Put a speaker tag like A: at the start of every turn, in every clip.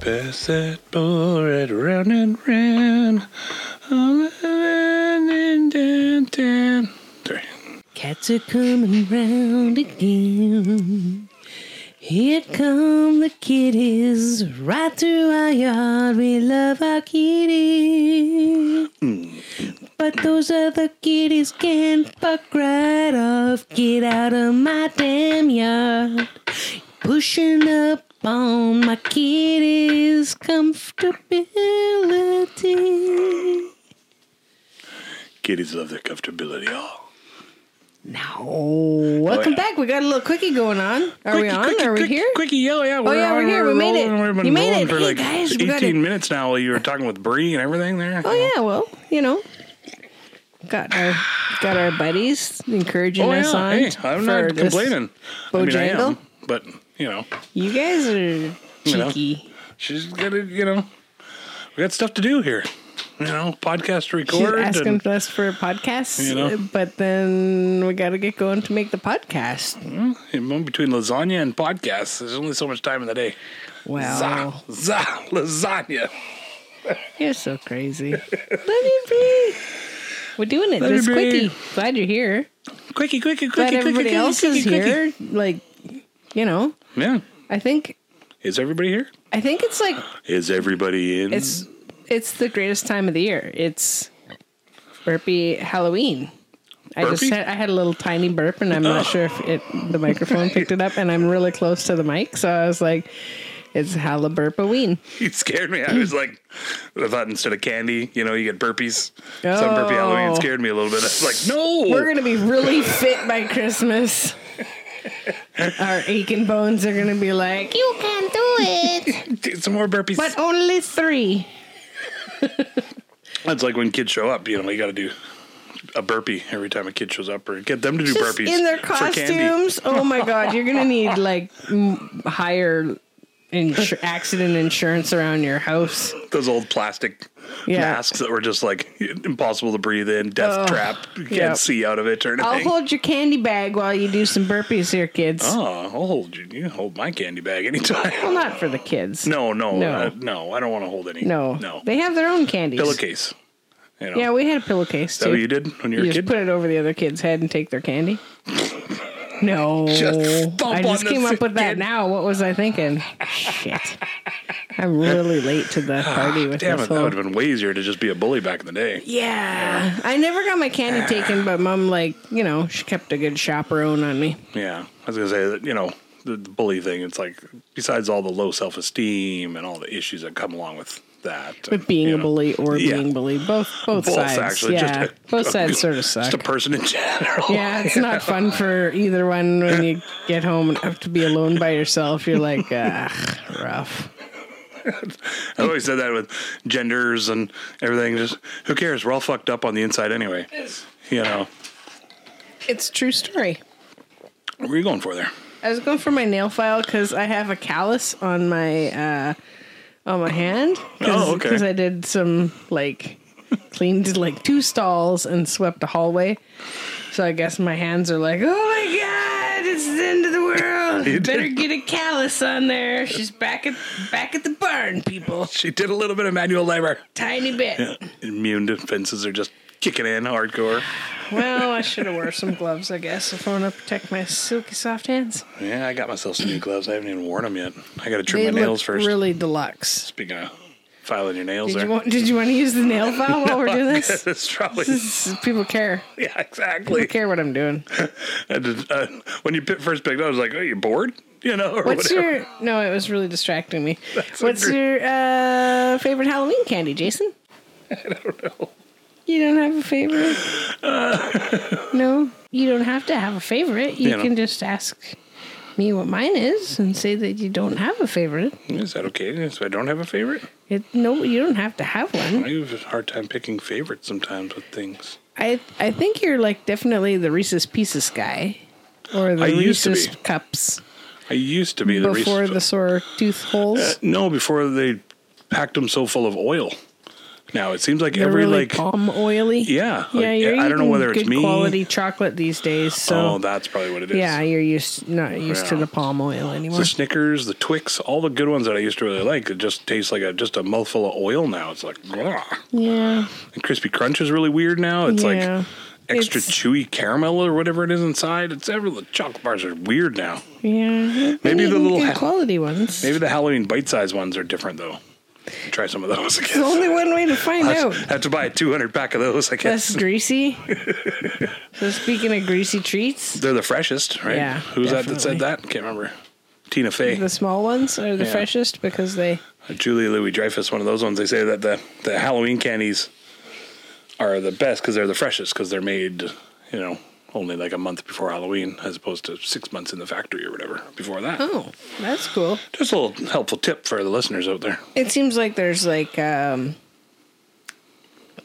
A: Pass that bullet round and round. All around and downtown. Sorry.
B: Cats are coming round again. Here come the kitties, right through our yard. We love our kitty. But those other kitties can't fuck right off. Get out of my damn yard. Pushing up on my kitty's comfortability.
A: Kitties love their comfortability. Oh.
B: No. Welcome
A: yeah.
B: back. We got a little quickie going on. Are we on? Are we here? Oh,
A: Quickie, yeah, yeah. We're
B: yeah, we're
A: on,
B: here. We made it.
A: rolling. We've been
B: You
A: rolling
B: made it.
A: for
B: Hey,
A: like
B: guys, we
A: 18
B: got it.
A: minutes now while you were talking with Bree and everything there.
B: Oh yeah, well, you know, got our got our buddies encouraging
A: Oh,
B: us
A: yeah.
B: on.
A: Hey, I'm
B: for
A: not
B: this.
A: complaining. I mean, I
B: Bojangle?
A: am, but, you know,
B: You guys are
A: know.
B: cheeky.
A: she's got to, you know, we got stuff to do here. You know, podcast to
B: She's
A: record.
B: asking
A: and-
B: us for podcasts,
A: You know.
B: but then we got to get going to make the podcast.
A: Hmm? In between lasagna and podcasts, there's only so much time in the day. Za,
B: Wow,
A: za, lasagna.
B: you're so crazy. Let me be. We're doing it
A: Let
B: this
A: it be.
B: quickie. Glad you're here.
A: Quickie, quickie, quickie,
B: Glad
A: quickie,
B: everybody
A: quickie,
B: else
A: quickie,
B: is
A: quickie.
B: here. Like, you know,
A: Yeah.
B: I think
A: Is everybody here?
B: I think it's like
A: Is everybody in?
B: It's it's the greatest time of the year. It's burpy Halloween. I just
A: Burpy?
B: had, I had a little tiny burp, and I'm not sure if it the microphone picked it up, and I'm really close to the mic, so I was like, "It's Halliburpaween."
A: You scared me. I was like, I thought instead of candy, you know, you get burpees. Some burpee
B: Oh.
A: Halloween scared me a little bit. I was like, no.
B: We're gonna be really fit by Christmas. Our aching bones are gonna be like, "You can do it,
A: Dude, some more burpees.
B: but only three.
A: That's like when kids show up, you know, you got to do a burpee every time a kid shows up or get them to do
B: Just
A: burpees.
B: in their
A: for candy.
B: costumes. Oh my god, you're gonna need like m- higher insur- accident insurance around your house.
A: Those old plastic
B: Yeah.
A: masks that were just like impossible to breathe in, death
B: Ugh.
A: trap, you can't
B: Yep.
A: see out of it or
B: I'll
A: anything.
B: hold your candy bag while you do some burpees here, kids.
A: oh, I'll hold you. You can hold my candy bag anytime.
B: Well, not for the kids.
A: No, no,
B: No.
A: no. Uh, no I don't want to hold any.
B: no,
A: no.
B: They have their own candies.
A: Pillowcase. You know.
B: Yeah, we had a pillowcase
A: Is that
B: too.
A: what you did when you were
B: You
A: a kid?
B: just put it over the other kid's head and take their candy. No,
A: Just thump
B: I
A: on
B: just
A: the
B: came up with that
A: kid.
B: now. What was I thinking? Shit, I'm really late to the party
A: Ah,
B: with
A: Damn
B: this
A: it, that
B: whole
A: would have been way easier to just be a bully back in the day.
B: Yeah. I never got my candy
A: Ah.
B: taken, but mom, like, you know, she kept a good chaperone on me.
A: Yeah. I was going to say that, you know, the, the bully thing, it's like, besides all the low self esteem and all the issues that come along with that. uh,
B: With being
A: you
B: a
A: know,
B: bully or
A: Yeah.
B: being bullied. Both both,
A: both
B: sides.
A: actually.
B: yeah.
A: Just a-
B: both
A: a-
B: sides sort of suck.
A: Just a person in general.
B: yeah, it's not fun for either one when you get home and have to be alone by yourself. You're like, ah, rough.
A: I've always said that with genders and everything. Just who cares? We're all fucked up on the inside anyway. You know,
B: It's a true story.
A: what were you going for there?
B: I was going for my nail file because I have a callus on my uh, on my hand.
A: Oh, okay.
B: Because I did some like cleaned like two stalls and swept a hallway, so I guess my hands are like, oh my god, it's the end of the
A: You
B: world.
A: did.
B: Better get a callus on there. She's back at back at the barn, people.
A: She did a little bit of manual labor.
B: Tiny bit.
A: Immune defenses are just kicking in hardcore.
B: Well, I should have wore some gloves, I guess, if I want to protect my silky soft hands.
A: Yeah, I got myself some new gloves. I haven't even worn them yet. I got to trim
B: They
A: my nails
B: look
A: first.
B: really deluxe.
A: Speaking of filing your nails
B: Did you,
A: there.
B: want, did you want to use the nail file while we're doing this?
A: That's probably
B: This is- people care.
A: yeah,
B: People
A: exactly.
B: care what I'm doing.
A: I just, uh, when you pi- first picked, up, I was like, "Are you bored?" You know, or
B: What's
A: whatever.
B: your? No, it was really distracting me. What's
A: okay.
B: your uh, favorite Halloween candy, Jason? I don't know. You don't have a favorite? no, you don't have to have a favorite. You
A: You know.
B: can just ask me what mine is and say that you don't have a favorite.
A: Is that okay? So I don't have a favorite.
B: It, no, you don't have to have one.
A: I have a hard time picking favorites sometimes with things.
B: I I think you're like definitely the Reese's Pieces guy, or the
A: I used to
B: Reese's
A: be.
B: cups
A: I used to be the Uh,
B: before
A: Reese's-
B: the sore tooth holes.
A: no before they packed them so full of oil. now. It seems like
B: They're
A: every
B: really
A: like
B: palm oily.
A: yeah, like,
B: yeah, you're
A: I don't know
B: eating
A: whether it's
B: good
A: me.
B: quality chocolate these days. So
A: oh, that's probably what it is.
B: yeah, you're used not used to
A: Yeah.
B: the palm oil anymore.
A: The Snickers, the Twix, all the good ones that I used to really like, it just tastes like a just a mouthful of oil now. It's like, blah.
B: yeah,
A: and Crispy Crunch is really weird now. It's
B: Yeah.
A: like extra
B: It's-
A: chewy caramel or whatever it is inside. It's every the chocolate bars are weird now.
B: yeah.
A: Maybe the
B: Eating
A: little
B: good
A: ha-
B: quality ones.
A: Maybe the Halloween bite-sized ones are different though. Try some of those. I guess.
B: There's only one way to find
A: I
B: out.
A: have to buy a 200 pack of those. I guess
B: That's greasy. so speaking of greasy treats,
A: they're the freshest, right?
B: Yeah,
A: Who's that that said that? Can't remember. Tina Fey,
B: the small ones are the
A: Yeah.
B: freshest because they
A: Julia Louis Dreyfus, one of those ones. They say that the the Halloween candies are the best because they're the freshest because they're made, you know, only like a month before Halloween as opposed to six months in the factory or whatever before that.
B: oh, that's cool.
A: Just a little helpful tip for the listeners out there.
B: It seems like there's like um,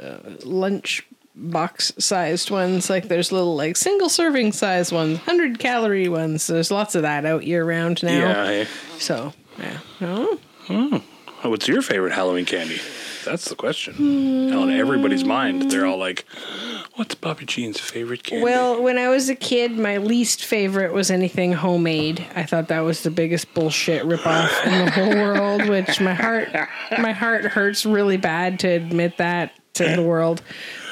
B: uh, lunch box sized ones. Like there's little like single serving size ones, hundred calorie ones. There's lots of that out year round now.
A: Yeah. hey.
B: So yeah. Oh,
A: Oh, What's your favorite Halloween candy? That's the question. On everybody's mind, they're all like, "What's Bobby Jean's favorite candy?"
B: Well, when I was a kid, my least favorite was anything homemade. I thought that was the biggest bullshit ripoff in the whole world, which my heart my heart hurts really bad to admit that to the world.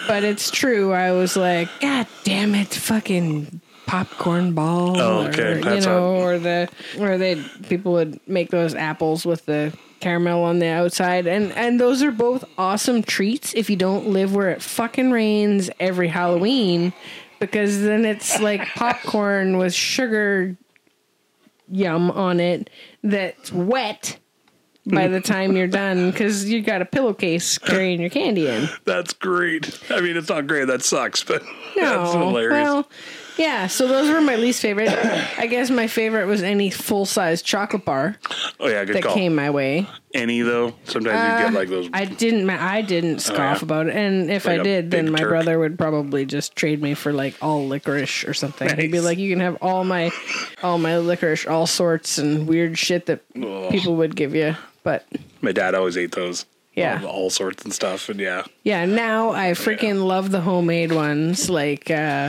B: But it's true. I was like, God damn it, fucking popcorn ball
A: Oh, okay,
B: or you
A: that's
B: know,
A: odd.
B: or the or they people would make those apples with the caramel on the outside and and those are both awesome treats if you don't live where it fucking rains every Halloween because then it's like popcorn with sugar yum on it that's wet by
A: Mm.
B: the time you're done because you got a pillowcase carrying your candy in.
A: that's great. I mean, it's not great. That sucks, but
B: No,
A: that's hilarious.
B: Well, yeah, so those were my least favorite. I guess my favorite was any full size chocolate bar
A: oh yeah, good
B: that
A: call.
B: came my way.
A: Any though, sometimes you get like those.
B: I didn't. ma- I didn't scoff
A: Uh, yeah.
B: about it, and if
A: Like
B: I
A: a
B: did, then
A: big
B: my
A: Turk.
B: brother would probably just trade me for like all licorice or something. He'd be
A: Nice.
B: like, "You can have all my, all my licorice, all sorts and weird shit that
A: Ugh.
B: people would give you." But
A: my dad always ate those.
B: Yeah.
A: all, all sorts and stuff, and Oh, yeah,
B: Yeah, now I freaking love the homemade ones. Like uh,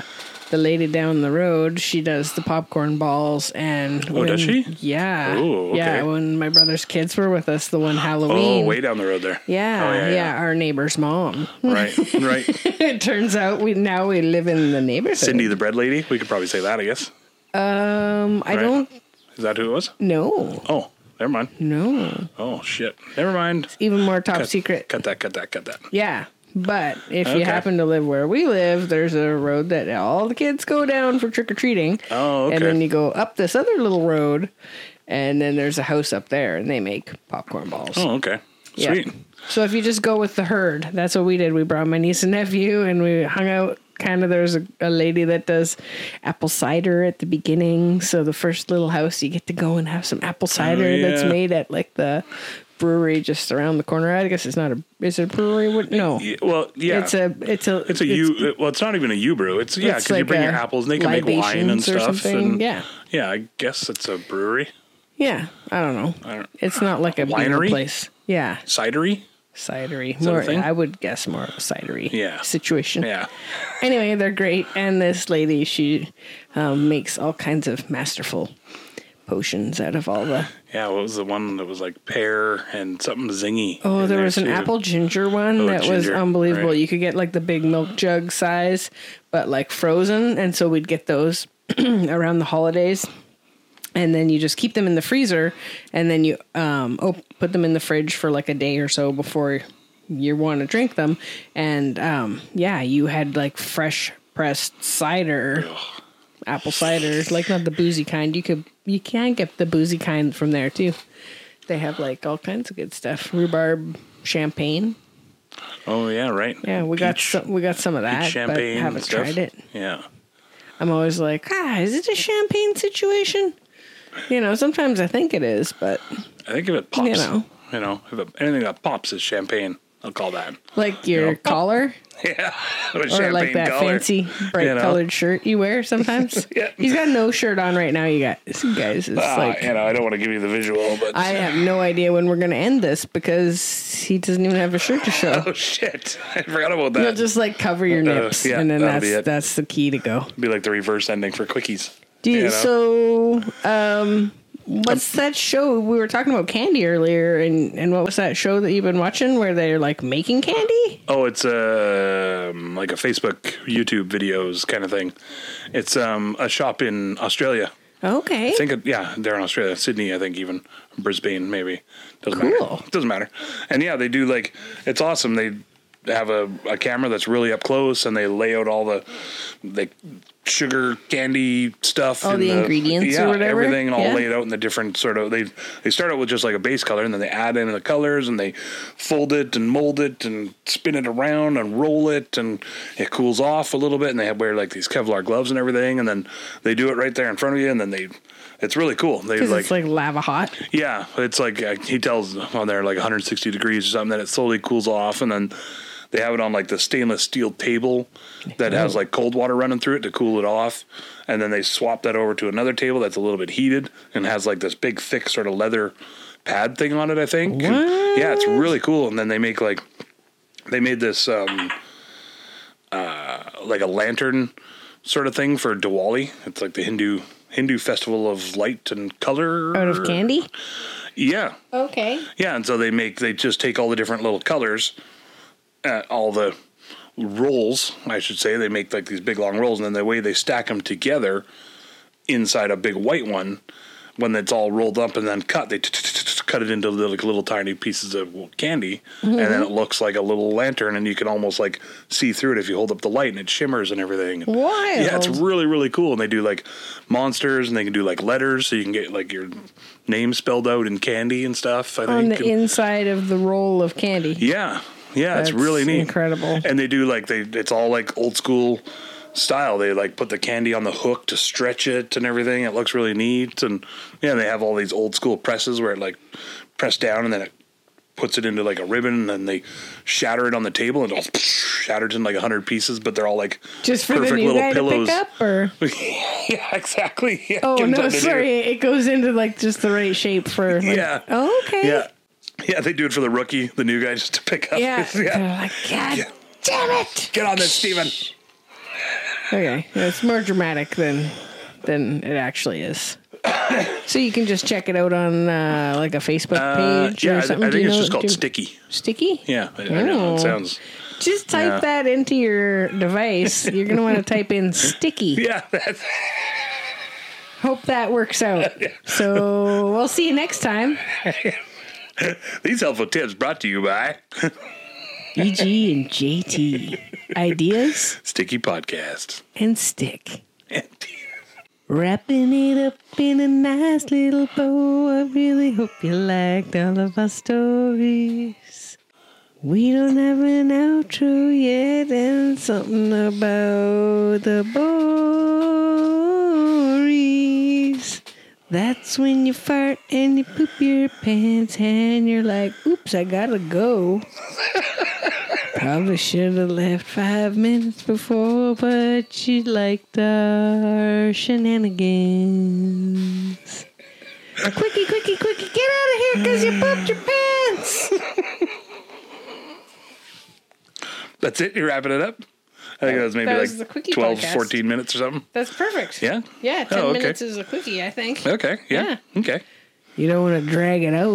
B: the lady down the road, she does the popcorn balls and
A: Oh, does
B: when-
A: she?
B: Yeah,
A: Ooh, okay.
B: yeah. When my brother's kids were with us, the one
A: oh
B: Halloween.
A: way down the road there.
B: Yeah,
A: Oh,
B: yeah, our neighbor's mom.
A: yeah. right, right.
B: it turns out we now we live in the neighborhood.
A: Cindy the bread lady. We could probably say that. I guess
B: um, I
A: Right.
B: don't
A: is that who it was?
B: know.
A: Oh, never mind.
B: No,
A: Oh shit, never mind.
B: even more top
A: Cut-
B: secret.
A: Cut that. Cut that. Cut that.
B: Yeah. But if
A: Okay.
B: you happen to live where we live, there's a road that all the kids go down for trick or treating.
A: Oh, okay.
B: And then you go up this other little road, and then there's a house up there, and they make popcorn balls.
A: Oh, okay.
B: Yeah.
A: Sweet.
B: So if you just go with the herd, that's what we did. We brought my niece and nephew, and we hung out. Kind of, there's a, a lady that does apple cider at the beginning. So the first little house, you get to go and have some apple cider that's
A: yeah.
B: made at like the brewery just around the corner. I guess it's not a is it a brewery? What? No,
A: Yeah, well, yeah.
B: it's a it's a
A: It's a U. uh, Well, it's not even a U brew. It's yeah,
B: it's
A: because you
B: like
A: bring your
B: a
A: apples and they can make wine and
B: libations or
A: stuff.
B: something.
A: and-
B: Yeah.
A: yeah. I guess it's a brewery,
B: Yeah, I don't know.
A: don't-
B: It's not like a
A: Winery?
B: beer place. Yeah,
A: cidery.
B: cidery.
A: that a
B: More,
A: thing?
B: I would guess more of a cidery
A: Yeah.
B: situation.
A: Yeah,
B: Anyway, they're great, and this lady she um, makes all kinds of masterful potions out of all the.
A: yeah. What was the one that was like pear and something zingy?
B: Oh,
A: in
B: there was an
A: too?
B: apple ginger one that was
A: ginger,
B: unbelievable.
A: right.
B: You could get like the big milk jug size, but like frozen, and so we'd get those around the holidays. and then you just keep them in the freezer and then you um op- put them in the fridge for like a day or so before you want to drink them and um yeah you had like fresh pressed cider apple cider like not the boozy kind you could you can get the boozy kind from there too they have like all kinds of good stuff rhubarb champagne
A: Oh yeah, right.
B: yeah we got
A: Peach-
B: some we got some of
A: peach
B: that but
A: champagne.
B: haven't
A: and stuff.
B: tried it
A: Yeah.
B: I'm always like, ah, is it a champagne situation? You know, sometimes I think it is, but
A: I think if it pops, you know,
B: You know.
A: if it, anything that pops is champagne. I'll call that.
B: Like your
A: Yeah.
B: collar
A: Yeah. A
B: or like
A: oh, champagne
B: that
A: collar.
B: fancy bright
A: You know?
B: colored shirt you wear sometimes.
A: Yeah.
B: He's got no shirt on right now, you guys. You guys, it's
A: Ah,
B: like
A: you know, I don't want to give you the visual, but
B: I have no idea when we're going to end this because he doesn't even have a shirt to show.
A: oh shit, I forgot about
B: You'll
A: that.
B: just like cover your nips,
A: Uh, yeah,
B: and then
A: that'll be
B: that's
A: it.
B: that's the key to go.
A: Be like the reverse ending for quickies.
B: Dude,
A: You know?
B: so um, what's that show we were talking about candy earlier? And and what was that show that you've been watching where they're like making candy?
A: Oh, it's um like a Facebook, YouTube videos kind of thing. It's um a shop in Australia.
B: Okay,
A: I think it, yeah, they're in Australia, Sydney, I think even Brisbane, maybe doesn't
B: Cool.
A: matter. Doesn't matter. And yeah, they do like it's awesome. They have a, a camera that's really up close, and they lay out all the like sugar candy stuff,
B: All
A: and
B: the ingredients or
A: yeah,
B: whatever?
A: everything all
B: Yeah.
A: laid out in the different sort of they they start out with just like a base color, and then they add in the colors, and they fold it and mold it and spin it around and roll it, and it cools off a little bit, and they have wear like these Kevlar gloves and everything, and then they do it right there in front of you, and then they. It's really cool. They
B: because it's like lava hot.
A: yeah, it's like uh, he tells on there like 160 degrees or something. Then it slowly cools off, and then they have it on like the stainless steel table that
B: Oh.
A: has like cold water running through it to cool it off. And then they swap that over to another table that's a little bit heated and has like this big thick sort of leather pad thing on it. I think. And, yeah, it's really cool. And then they make like they made this um, uh, like a lantern sort of thing for Diwali. It's like the Hindu. Hindu festival of light and color
B: Out of candy.
A: Yeah,
B: Okay.
A: yeah, and so they make they just take all the different little colors, uh, all the rolls, I should say. They make like these big long rolls, and then the way they stack them together inside a big white one, when it's all rolled up and then cut, they cut it into like little tiny pieces of candy, and then it looks like a little lantern, and you can almost like see through it if you hold up the light, and it shimmers and everything. And-
B: Wild.
A: yeah, it's really really cool, and they do like monsters, and they can do like letters, so you can get like your name spelled out in candy and stuff. I
B: on
A: think.
B: the inside of the roll of candy.
A: yeah, yeah, it's
B: That's
A: really neat,
B: incredible.
A: And they do like they, it's all like old school style. They like put the candy on the hook to stretch it and everything. It looks really neat, and yeah, they have all these old school presses where it like pressed down and then it puts it into like a ribbon and then they shatter it on the table and it all shatters in like a hundred pieces but they're all like
B: Just for the new guy to pick up, or
A: yeah, exactly. Yeah,
B: oh
A: give 'em
B: no,
A: something to do.
B: sorry, it goes into like just the right shape for. Like,
A: Yeah.
B: Oh, okay.
A: Yeah. Yeah, they do it for the rookie, the new guy, just to pick up.
B: Yeah.
A: yeah.
B: They're like, God damn it.
A: Get on this, Steven.
B: Okay. Yeah, It's more dramatic than than it actually is. so you can just check it out on uh, like a Facebook
A: Uh,
B: page
A: yeah,
B: or
A: I,
B: something.
A: I
B: Do
A: think
B: you
A: it's
B: know-
A: just called
B: do-
A: sticky.
B: Sticky?
A: Yeah, I, I know
B: Oh.
A: it sounds.
B: Just type
A: Yeah.
B: that into your device. You're going to want to type in sticky.
A: Yeah, that's,
B: Hope that works out. So we'll see you next time.
A: these helpful tips brought to you by
B: EG E and JT. Ideas
A: Sticky Podcast.
B: and stick. Wrapping it up in a nice little bow. I really hope you liked all of our stories. We don't have an outro yet, and something about the bories. That's when you fart and you poop your pants, and you're like, oops, I gotta go. Probably should have left five minutes before, but you liked our shenanigans. quickie, quickie, quickie, get out of here because you pooped your pants.
A: That's it. You're wrapping it up. I think that was maybe
B: That
A: like
B: was the quickie
A: 12,
B: podcast.
A: 14 minutes or something.
B: That's perfect.
A: Yeah?
B: Yeah, 10
A: Oh, okay.
B: minutes is a quickie, I think.
A: Okay. yeah. Okay.
B: You don't want to drag it out.